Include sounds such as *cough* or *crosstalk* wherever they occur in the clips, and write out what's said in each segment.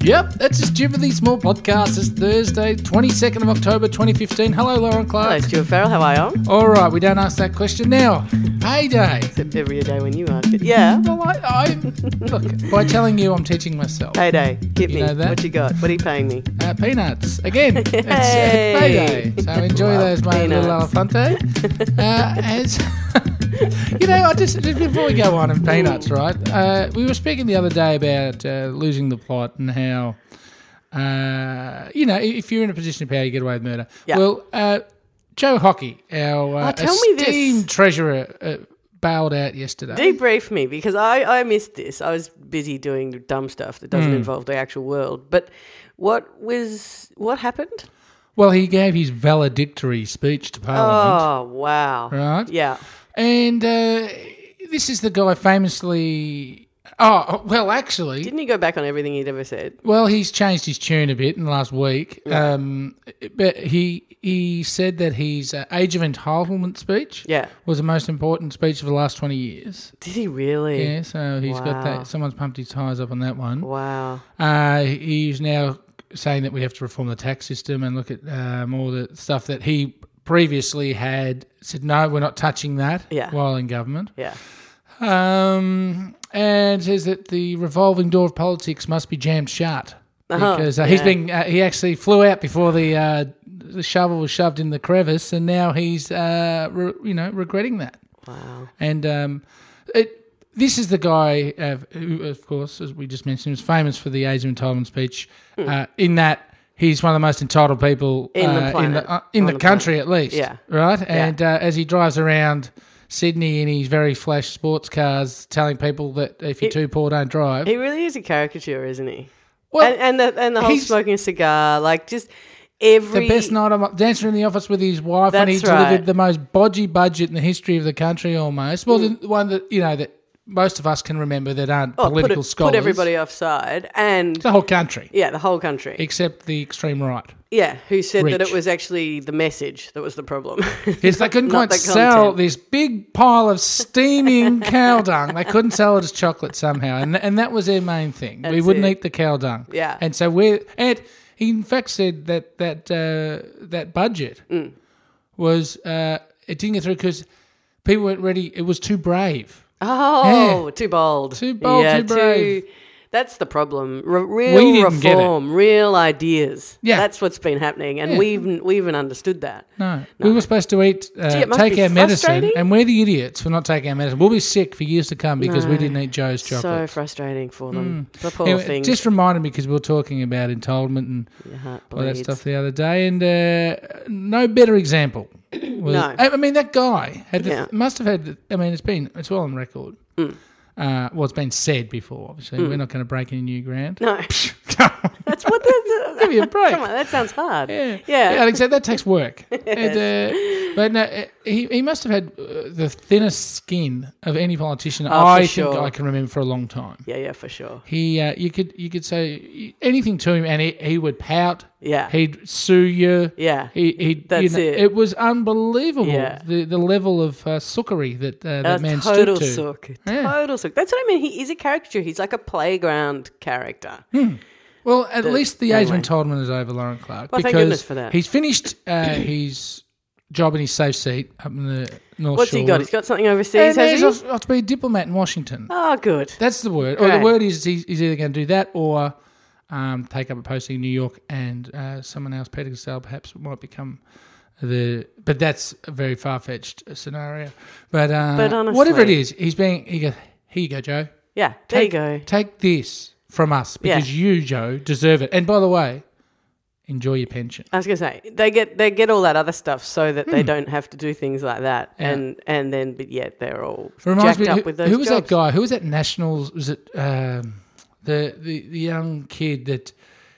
Yep, that's just Jim of these small podcasts. It's Thursday, 22nd of October 2015. Hello, Lauren Hello, Clark. Stuart Farrell. How are you? All right, we don't ask that question now. Payday. Except every day when you ask it. Yeah. Well, I, I look by telling you, I'm teaching myself. Payday. Hit You me. know that? What you got? What are you paying me? Uh, peanuts again. It's uh, Yay. payday. *laughs* So enjoy Love those, my little peanuts. elefante. *laughs* Uh, as *laughs* you know, I just, just before we go on and peanuts, right? Uh, we were speaking the other day about uh, losing the plot and how. Uh, you know, i- if you're in a position of power, you get away with murder. Yeah. Well, uh, Joe Hockey, our uh, Oh, tell me this. esteemed treasurer, uh, bailed out yesterday. Debrief me because I, I missed this. I was busy doing the dumb stuff that Hmm. doesn't involve the actual world. But what was what happened? Well, he gave his valedictory speech to Parliament. Oh wow! Right. Yeah. And uh, this is the guy famously. Oh, well, actually. Didn't he go back on everything he'd ever said? well, he's changed his tune a bit in the last week. Um, but he he said that his uh, Age of Entitlement speech Yeah. was the most important speech of the last 20 years. Did he really? Yeah, so he's got Wow. that. Someone's pumped his tyres up on that one. Wow. Uh, he's now saying that we have to reform the tax system and look at um, all the stuff that he previously had said, no, we're not touching that Yeah. while in government. Yeah. Um, and says that the revolving door of politics must be jammed shut Uh-huh. because uh, he's been uh, he actually flew out before the uh, the shovel was shoved in the crevice, and now he's uh, re- you know regretting that. Wow. And um, it, this is the guy uh, who, of course, as we just mentioned, was famous for the Age of Entitlement speech. Uh, in that he's one of the most entitled people Hmm. In the uh, in planet. the, uh, in On the, the country, at least. Yeah. Right. And uh, as he drives around. Sydney in his very flash sports cars, telling people that if you're too poor, don't drive. He really is a caricature, isn't he? Well, and and the, and the whole he's- smoking a cigar, like just every the best night of Dancer in the Office with his wife, and he That's right. delivered the most bodgy budget in the history of the country, almost. Well, the one that you know that most of us can remember that aren't Mm. Oh, put it- political put, scholars. everybody offside, and the whole country, yeah, the whole country. except the extreme right. yeah, who said that Rich. it was actually the message that was the problem? Yes, they couldn't Not quite the sell content. this big pile of steaming *laughs* cow dung. They couldn't sell it as chocolate somehow, and and that was their main thing. we That's wouldn't it. eat the cow dung. Yeah. and so we and he in fact said that that uh, that budget Mm. was uh, it didn't get through because people weren't ready. It was too brave. *laughs* oh, too bold, Too bold, too brave. that's the problem. Re- We real didn't get it. reform, real ideas. Yeah. that's what's been happening, and Yeah. we even we even understood that. No, we were supposed to eat, Gee, uh, it must take be our medicine, frustrating. and we're the idiots for not taking our medicine. We'll be sick for years to come because we didn't eat Joe's chocolate. Mm. So frustrating for them. The poor Anyway, it things. just reminded me because we were talking about entitlement and Your heart all that bleeds. stuff the other day, and uh, no better *clears throat* example. was- No. I I mean that guy had the, Yeah. Mm. must have had. The, I mean, it's been it's well on record. Uh, well, it's been said before. Obviously, we're not going to break any new ground. *laughs* No, Come on. that's what that's. Give me a break. Come on, that sounds hard. Yeah, *laughs* Yeah. yeah. Like I said, that takes work. *laughs* and, uh, but no, uh, he he must have had uh, the thinnest skin of any politician Oh, for I think sure. I can remember for a long time. yeah, yeah, for sure. He, uh, you could you could say anything to him, and he, he would pout. Yeah. He'd sue you. Yeah. He, he'd, That's you know, it. was unbelievable Yeah. the, the level of uh, sookery that uh, that That's man total stood to. sook. Yeah. Total sook. That's what I mean. He is a caricature. He's like a playground character. Well, at least the age of anyway. entitlement is over, Lauren Clark. Well, because thank goodness for that. He's finished uh, his job in his safe seat up in the North What's Shore. he got? He's got something And overseas, he's has he? off, off to be a diplomat in Washington. Oh, good. That's the word. Or the Right. word is he's, he's either going to do that or um, take up a posting in New York and uh, someone else, Peter Gastel, perhaps might become the. But that's a very far fetched scenario. But, uh, But honestly- whatever it is, he's being. He goes, Here you go, Joe. Yeah, there you Take, go. Take this from us Yeah. because you, Joe, deserve it. And by the way, enjoy your pension. I was gonna say they get they get all that other stuff so that they don't have to do things like that, Hmm. Yeah. and and then but yet they're all Reminds jacked me, up who, with those who was that jobs. guy? Who was that Nationals? Was it um, the, the the young kid that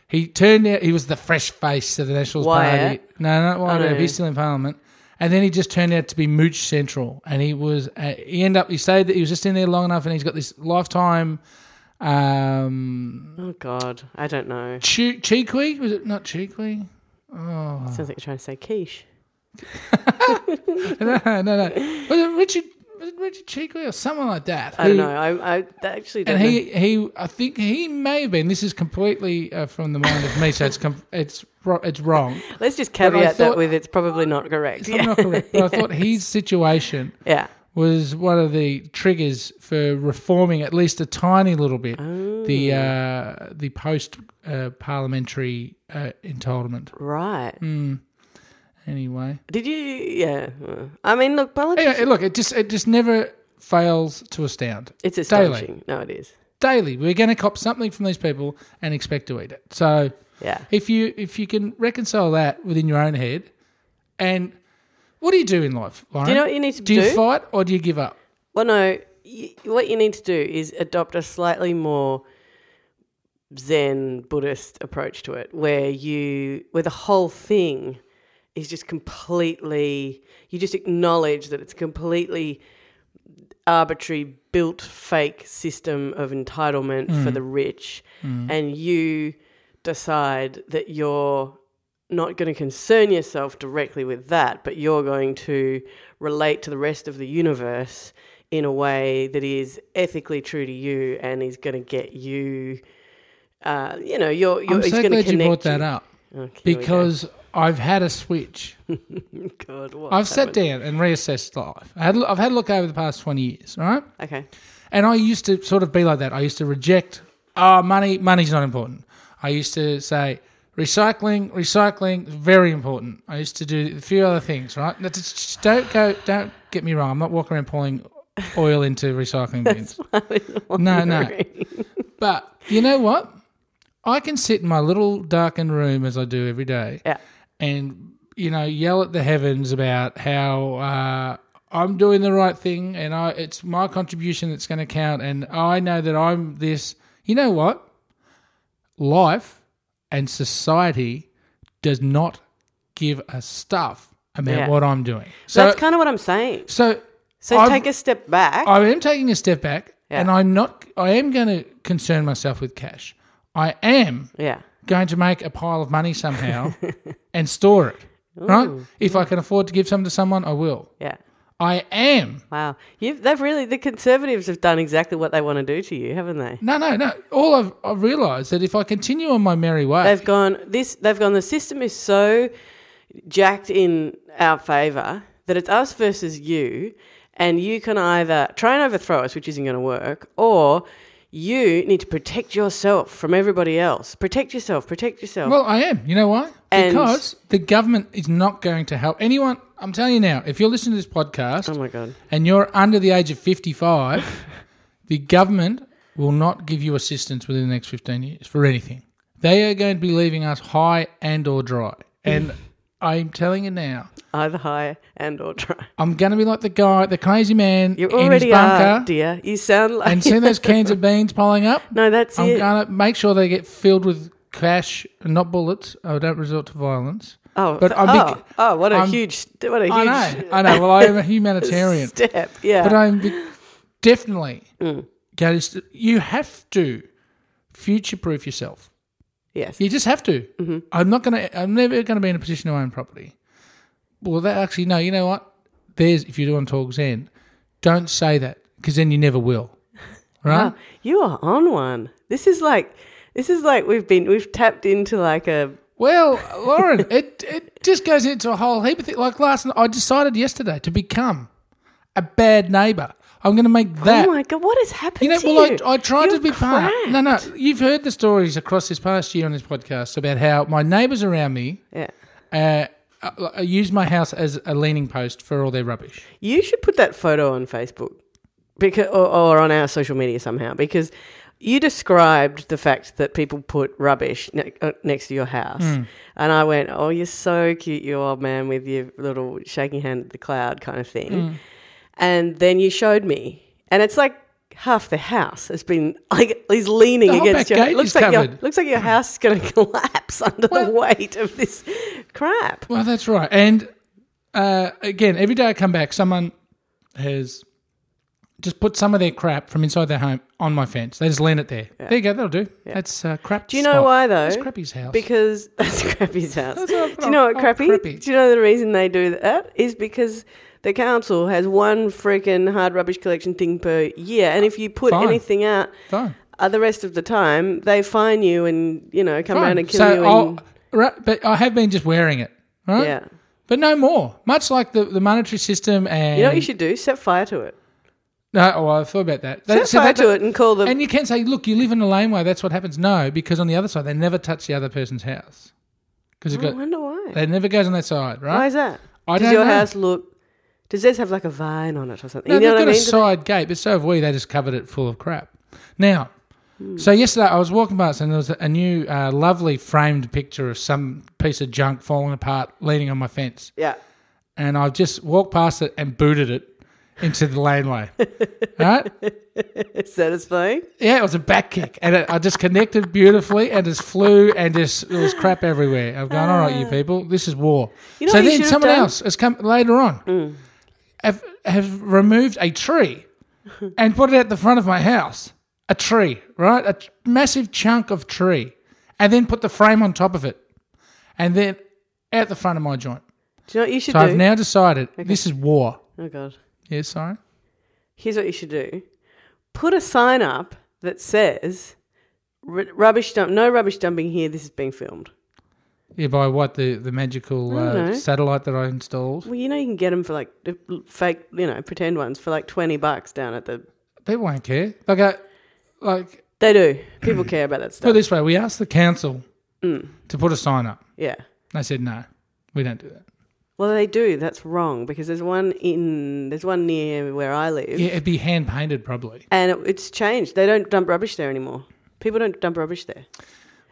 he turned out? He was the fresh face of the Nationals Wyatt? party. No, not Wyatt. no, Earp, no. He's still in Parliament, and then he just turned out to be Mooch Central, and he was. Uh, he ended up. He stayed. He was just in there long enough, and he's got this lifetime. Um, Oh God, I don't know. Chu- Chiqui was it not Chiqui? Oh *laughs* Sounds like you're trying to say quiche. no, no, no. Was it Richard? Was was it Reggie Cheekley or someone like that? I don't who- know. I, I actually don't And know. he, he, I think he may have been. This is completely uh, from the mind of me, so it's com- it's ro- it's wrong. Let's just I caveat that thought- with it's probably not correct. I'm Yeah. not correct, but I thought his situation *laughs* yeah. was one of the triggers for reforming at least a tiny little bit the uh, the post uh, parliamentary uh, entitlement. Right. Hmm. Anyway, Did you? Yeah. Uh, I mean, look, politics. anyway, look, it just it just never fails to astound. it's astonishing. No, it is. Daily, we're going to cop something from these people and expect to eat it. So Yeah. if you if you can reconcile that within your own head, and what do you do in life, Lauren? Do you know what you need to Do do? you fight or do you give up? well, no. Y- what you need to do is adopt a slightly more Zen Buddhist approach to it, where you, where the whole thing is just completely, you just acknowledge that it's completely arbitrary, built fake system of entitlement Mm. for the rich, and you decide that you're not going to concern yourself directly with that, but you're going to relate to the rest of the universe in a way that is ethically true to you and is going to get you. Uh, you know, you're. you're I'm it's so gonna glad you connect brought that up Okay, here we go. Mm, because I've had a switch. *laughs* God, what I've sat happened? down and reassessed life. I had, I've had a look over the past 20 years, all right? Okay, And I used to sort of be like that. I used to reject, oh, money, money's not important. I used to say, recycling, recycling, very important. I used to do a few other things, right? Now, just- just Don't go, don't get me wrong. I'm not walking around pouring oil into recycling bins. No, no. But you know what? I can sit in my little darkened room as I do every day yeah, and you know yell at the heavens about how uh, I'm doing the right thing and I it's my contribution that's going to count and I know that I'm this. You know what? Life and society does not give a stuff about Yeah. what I'm doing. So that's kind of what I'm saying. so So I've- take a step back. I am taking a step back Yeah. and I'm not I am going to concern myself with cash. I am yeah, going to make a pile of money *laughs* somehow and store it. Right? If I can afford to give some to someone, I will. yeah. I am. Wow, You've, they've really the conservatives have done exactly what they want to do to you, haven't they? No, no, no. All I've, I've realised that if I continue on my merry way, They've gone this. They've gone. The system is so jacked in our favor that it's us versus you, and you can either try and overthrow us, which isn't going to work, or you need to protect yourself from everybody else. Protect yourself. Protect yourself. well, I am. You know why? And- because the government is not going to help anyone. I'm telling you now, if you're listening to this podcast oh my god. and you're under the age of *laughs* 55, the government will not give you assistance within the next 15 years for anything. They are going to be leaving us high and or dry. *laughs* And I'm telling you now, Either high and or dry. I'm going to be like the guy, the crazy man You in his already are, bunker, dear. You sound like *laughs* and see those cans of beans piling up. no. That's I'm it. going to make sure they get filled with cash, and not bullets. I don't resort to violence. oh, but but I'm oh, bec- oh, what a I'm- huge, what a huge I know, I know. Well, I am a *laughs* humanitarian, step. Yeah, but I'm be- definitely Mm. going to. You have to future-proof yourself. yes, You just have to. Mm-hmm. I'm not going to. I'm never going to be in a position to own property. Well, that actually, no. You know what? There's if you do on Talk Zen, don't say that because then you never *laughs* will. Right? Oh, you are on one. This is like, this is like we've been, we've tapped into like a oh Well, Lauren, *laughs* it it just goes into a whole heap of things. Like last, night, I decided yesterday to become a bad neighbour. I'm going to make that. oh my god, what has happened? you know, to well, you? I, I tried You're to be part. cracked. No, no, you've heard the stories across this past year on this podcast about how my neighbours around me Yeah, uh, uh, use my house as a leaning post for all their rubbish. you should put that photo on Facebook because, or, or on our social media somehow because. You described the fact that people put rubbish ne- uh, next to your house, Hmm. and I went, "Oh, you're so cute, you old man, with your little shaking hand at the cloud kind of thing." Hmm. And then you showed me, and it's like half the house has been like is leaning The whole against back your. gate Looks is like your covered. Hmm. looks like your house is going to *laughs* collapse under the Well- weight of this crap. Well, that's right. And uh, again, every day I come back, someone has just put some of their crap from inside their home on my fence. They just lean it there. There you go. That'll do. That's uh, crap. Do you know why though? That's Crappy's house. Because *laughs* that's Crappy's house. That's do what I you know thought. what Oh, Crappy? Crappy. Do you know the reason they do that is because The council has one freaking hard rubbish collection thing per year, and if you put Fine. anything out Fine. uh, the rest of the time, they fine you and you know come Fine. around and kill so you. I'll, and, right, but I have been just wearing it, right? Yeah, But no more. Much like the, the monetary system and you know what you should do? Set fire to it. no, oh, I thought about that. Set That- so fire that- to it and call them. And you can say, look, you live in a laneway. That's what happens. No, because on the other side, they never touch the other person's house because I wonder why. it never goes on that side, Why right? is that? I does don't your know. house look? Does theirs have like a vine on it or something? No, you know they've what got I mean? a side gate, but so have we. They just covered it full of crap. Now, Hmm. so yesterday I was walking past and there was a new uh, lovely framed picture of some piece of junk falling apart, leaning on my fence. yeah. and I've just walked past it and booted it into the *laughs* laneway. right? It's satisfying. Yeah, it was a back kick, and it, I just connected beautifully, and just flew, and just there was crap everywhere. I've gone, all right, you people, this is war. Ah. You know so what you then should have someone done? Mm. else has come later on, have have removed a tree, and put it at the front of my house. A tree, right? A t- massive chunk of tree, and then put the frame on top of it, and then out the front of my joint. Do you know what you should So do? I've now decided this is war. oh god. Yeah, sorry. Here's what you should do: put a sign up that says "Ru- "Rubbish dump. No rubbish dumping here. This is being filmed." Yeah, by what the the magical I don't uh, know. satellite that I installed? Well, you know you can get them for like the fake, you know, pretend ones for like twenty bucks down at the. They won't care. Like, I, like They do. People care about that put it stuff. this way, we asked the council to put a sign up. Yeah. They said no, we don't do that. Well, they do. That's wrong because there's one in there's one near where I live. Yeah, it'd be hand painted probably. and it, it's changed. They don't dump rubbish there anymore. People don't dump rubbish there.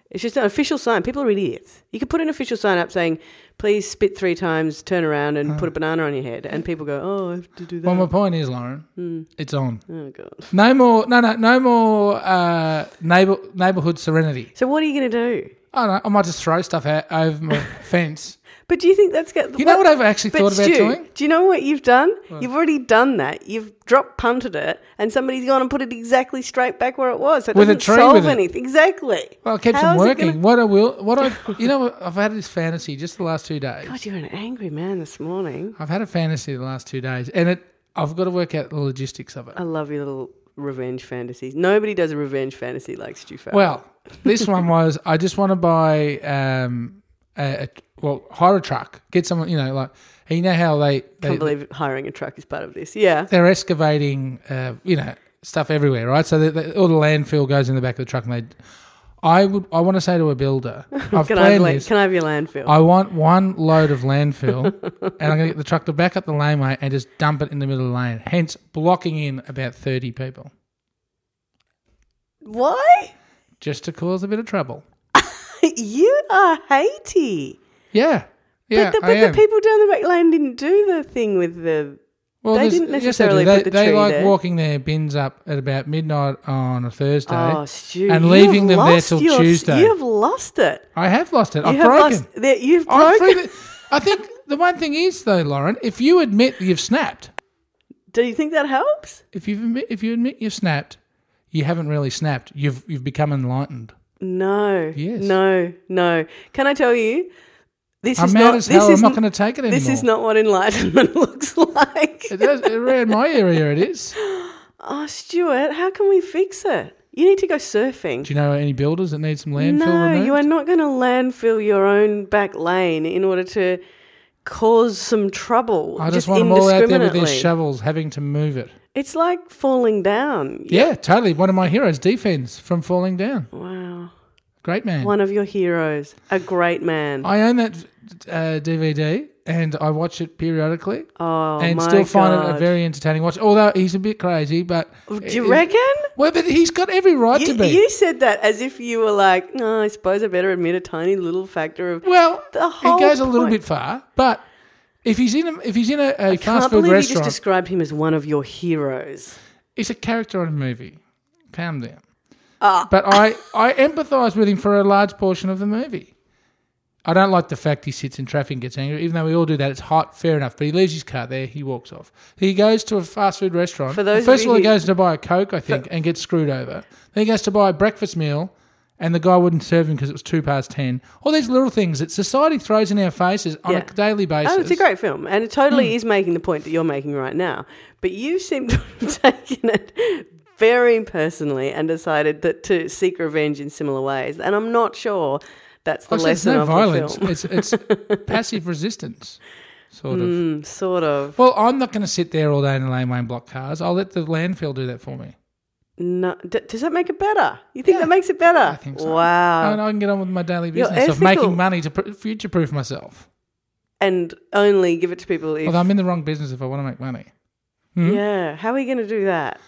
It's just an official sign. People are idiots. You could put an official sign up saying, "Please spit three times, turn around, and put a banana on your head," and people go, "Oh, I have to do that." Well, my point is, Lauren, it's on. oh god. No more, no, no, no more uh, neighbor, neighborhood serenity. So what are you going to do? I don't know, I might just throw stuff out over *laughs* my fence. But do you think that's got? You know what I've actually But thought about Stu, doing? do you know what you've done? You've already done that. You've dropped punted it, and somebody's gone and put it exactly straight back where it was. So it With a doesn't tree solve with it. anything. Exactly. Well, it keeps How them is it gonna- working. What I will, what I, you *laughs* know, what? I've had this fantasy just the last two days. God, you're an angry man this morning. I've had a fantasy the last two days, and it I've got to work out the logistics of it. I love your little revenge fantasies. Nobody does a revenge fantasy like Stu Farrell. Well, this one was I just want to buy um a, a well hire a truck, get someone you know like you know how they, I they can't believe hiring a truck is part of this. Yeah. they're excavating uh, you know stuff everywhere, right? So they, they, all the landfill goes in the back of the truck, and they I would I want to say to a *laughs* builder, I've Can I, have planned la- this. can I have your landfill? I want one load of landfill, and I'm going to get the truck to back up the laneway and just dump it in the middle of the lane, hence blocking in about thirty people. Why? just to cause a bit of trouble. *laughs* you are Haiti. Yeah, yeah, but the, I but am. the people down the back lane didn't do the thing with the. well, they there's- didn't yes, do. necessarily they, put the they tree like there. walking their bins up at about midnight on a Thursday. Oh, Stu. and you leaving have them there lost till your- Tuesday. You have lost it. I have lost it. You I've have broken. lost. There, you've I've broken. freely- I think the one thing is though, Lauren, if you admit that you've snapped, Do you think that helps? if you admit if you admit you've snapped, you haven't really snapped. You've you've become enlightened. No. Yes. No. No. Can I tell you? This I'm is mad not. as this hell. I'm is not going to take it anymore. This is not what enlightenment *laughs* looks like. It does- around my area. It is. Oh, Stuart, how can we fix it? You need to go surfing. Do you know any builders that need some landfill? No, removed? you are not going to landfill your own back lane in order to cause some trouble. I just want them all out there with their indiscriminately. shovels, having to move it. It's like falling down. Yeah, totally. One of my heroes, defense from falling down. Wow. Great man. One of your heroes, a great man. I own that uh, DVD and I watch it periodically oh, and my still find God. it a very entertaining watch. Although he's a bit crazy, but Do you reckon? well, but he's got every right You, to be. you said that as if you were like, no, I suppose I better admit a tiny little factor of well, The it whole goes a little point- bit far, but if he's in a, if he's in a, a fast Can't food believe you just restaurant, described him as one of your heroes. it's a character on a movie. Calm down. Ah. But I, I empathise with him for a large portion of the movie. I don't like the fact he sits in traffic and gets angry, even though we all do that. It's hot, fair enough. But he leaves his car there, he walks off. He goes to a fast food restaurant. For those First of of you all, he who- goes to buy a Coke, I think, and gets screwed over. Then he goes to buy a breakfast meal and the guy wouldn't serve him because it was two past 10. All these little things that society throws in our faces on Yeah. a daily basis. Oh, it's a great film, and it totally Hmm. is making the point that you're making right now. But you seem to have *laughs* taken it very personally and decided that to seek revenge in similar ways. And I'm not sure that's the Like I said, it's lesson Oh, no of violence. the film. It's, *laughs* it's passive resistance, sort of. Mm, sort of. Well, I'm not going to sit there all day in a laneway and block cars. I'll let the landfill do that for me. No, d- does that make it better? You think Yeah, that makes it better? I think so. Wow. And I can get on with my daily You're business of ethical. making money to pr- future proof myself. And only give it to people if. Although hmm? I'm in the wrong business if I want to make money. Yeah. How are you going to do that?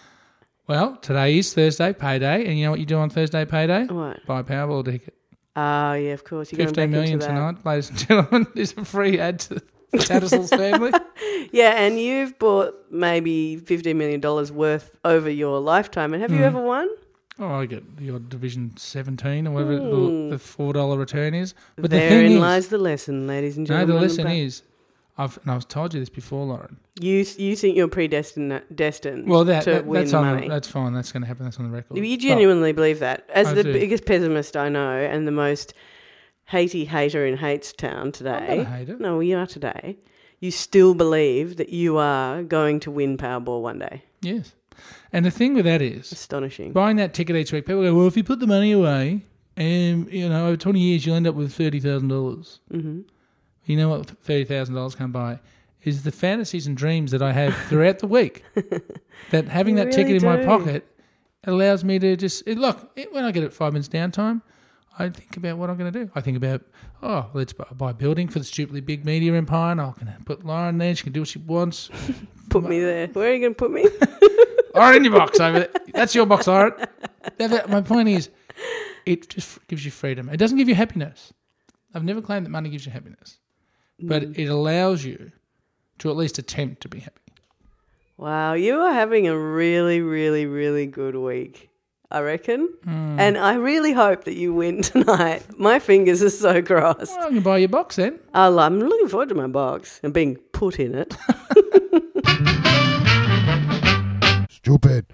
Well, today is Thursday payday, and you know what you do on Thursday payday? What? Buy a Powerball ticket. Oh, yeah, of course. You're going back Fifteen million into that. tonight, ladies and gentlemen. *laughs* Is a free ad to Tattersall's family. *laughs* Yeah, and you've bought maybe $15 million worth over your lifetime. And have Hmm. you ever won? Oh, I get your Division 17 or whatever the, the four dollar return is. But the Hmm. Therein thing is, lies the lesson, ladies and no, gentlemen. the lesson But is, I've and I've told you this before, Lauren. you you think you're predestined destined Well, that, to that- win that's on money. E the, that's fine. That's going to happen. That's on the record. you But genuinely believe that. As I the do. biggest pessimist I know and the most hatey hater in Hates Town today. I'm not a hater. No, you are today. You still believe that you are going to win Powerball one day. yes, and the thing with that is Astonishing. buying that ticket each week. People go, well, if you put the money away, and you know, over twenty years, you'll end up with thirty thousand dollars. hmm You know what? Thirty thousand dollars can buy is the fantasies and dreams that I have throughout the *laughs* week. that having You that ticket in my really do. pocket allows me to just it, look it, when I get it five minutes downtime. I think about what I'm going to do. I think about, oh, let's bu- buy a building for the stupidly big media empire. And I can put Lauren there. She can do what she wants. Put me there. Where are you going to put me? Or in your box over there. That's your box, Lauren. Now that- my point is, it just gives you freedom. It doesn't give you happiness. I've never claimed that money gives you happiness, but Mm. it allows you to at least attempt to be happy. Wow, you are having a really, really, really good week, I reckon. Hmm. And I really hope that you win *laughs* tonight. My fingers are so crossed. Well, I can buy your box then. I'll, I'm looking forward to my box and being put in it. Stupid.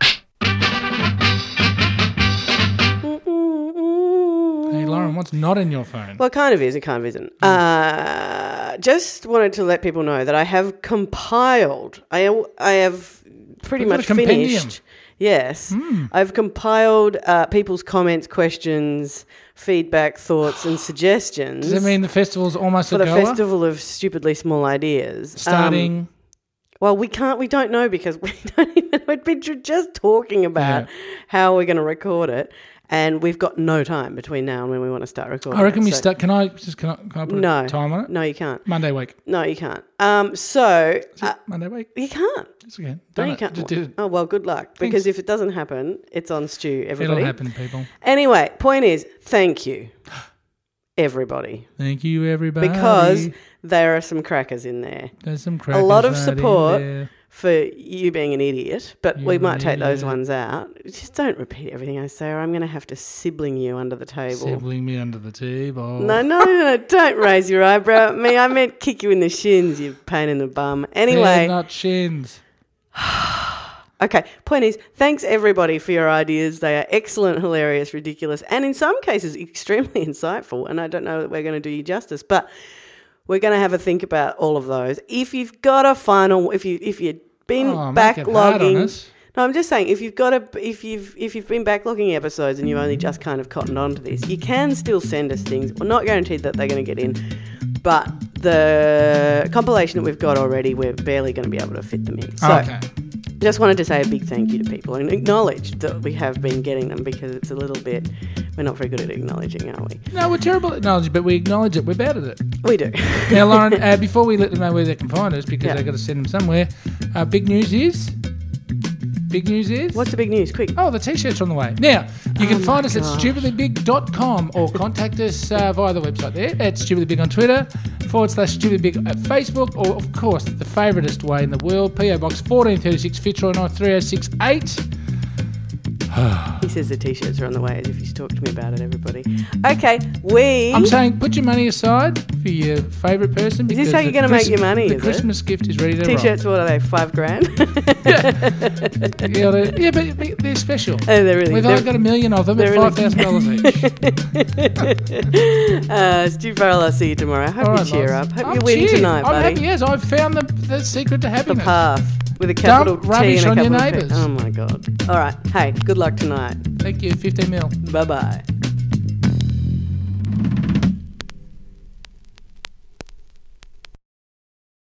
Hey, well, Lauren, what's not in your phone? it kind of is, it kind of Mm. isn't. Uh, just wanted to let people know that I have compiled, I, I have pretty We've got much a compendium. Mm. finished. Yes. I've compiled uh, people's comments, questions, feedback, thoughts, and suggestions. Does that mean the festival's almost for a the goer? festival of stupidly small ideas Um, Starting. well we can't we don't know because *laughs* we don't even we've been ju- just talking about how we're going to record it and we've got no time between now and when we want to start recording I reckon it, we so- start. Can I just can I, can I put oh, No. a time on it? no you can't Monday week. no you can't um so uh, Monday week. you can't It's okay. no Done you it. can't Just did it. oh well good luck because if it doesn't happen it's on stew everybody It'll happen, people. anyway point is thank *gasps* you everybody Thank you, everybody. because there are some crackers in there there's some a lot crackers of right in support. there. for you being an idiot, but we You're might an take those idiot. ones out. Just don't repeat everything I say, or I'm going to have to sibling you under the table. Sibling me under the table. No, no, no, no, don't raise your eyebrow at me. I meant kick you in the shins, you pain in the bum. They're Anyway, not shins. okay, point is, thanks everybody for your ideas. They are excellent, hilarious, ridiculous, and in some cases, extremely *laughs* insightful. And I don't know that we're going to do you justice, but we're going to have a think about all of those. If you've got a final, if you if you've been Oh, make it hard on backlogging. us. No, I'm just saying if you've got a if you've if you've been backlogging episodes and you've only just kind of cottoned on to this, you can still send us things. We're not guaranteed that they're going to get in, but the compilation that we've got already, we're barely going to be able to fit them in. So, okay. just wanted to say a big thank you to people and acknowledge that we have been getting them because it's a little bit we're not very good at acknowledging, are we? No, we're terrible at knowledge, but we acknowledge it. We're bad at it. We do. *laughs* Now, Lauren, uh, before we let them know where they can find us, because Yeah. they've got to send them somewhere, uh, big news is. Big news is. What's the big news? Quick. Oh, the t shirt's on the way. Now, you can Oh find my us at gosh. stupidlybig.com or contact us uh, via the website there at stupidlybig on Twitter, forward slash stupidlybig at Facebook, or of course, the oh favouritest way in the world, PO Box 1436 Fitzroy 93068. he says the t-shirts are on the way as if he's talked to me about it, everybody. Okay, we... I'm saying put your money aside for your favourite person. Is this because how you're the gonna make your money, The is it? Christmas gift is ready to rock. *laughs* T-shirts, what are they? Five grand? *laughs* Yeah, they- yeah, but, but they're special. Oh, they're really. We've they're- only got a million of them they're at in a- five thousand dollars each. *laughs* uh, Stu Farrell, I'll see you tomorrow. I *laughs* hope All you right, cheer Lars. up. Hope I'm you're winning cheered. tonight, I'm buddy. Oh, happy, yes, I've found the, the secret to the happiness. path with a capital T rubbish and a on your capital P. neighbours. Oh my god! All right. Hey, good luck tonight. Thank you, fifteen mil. Bye bye.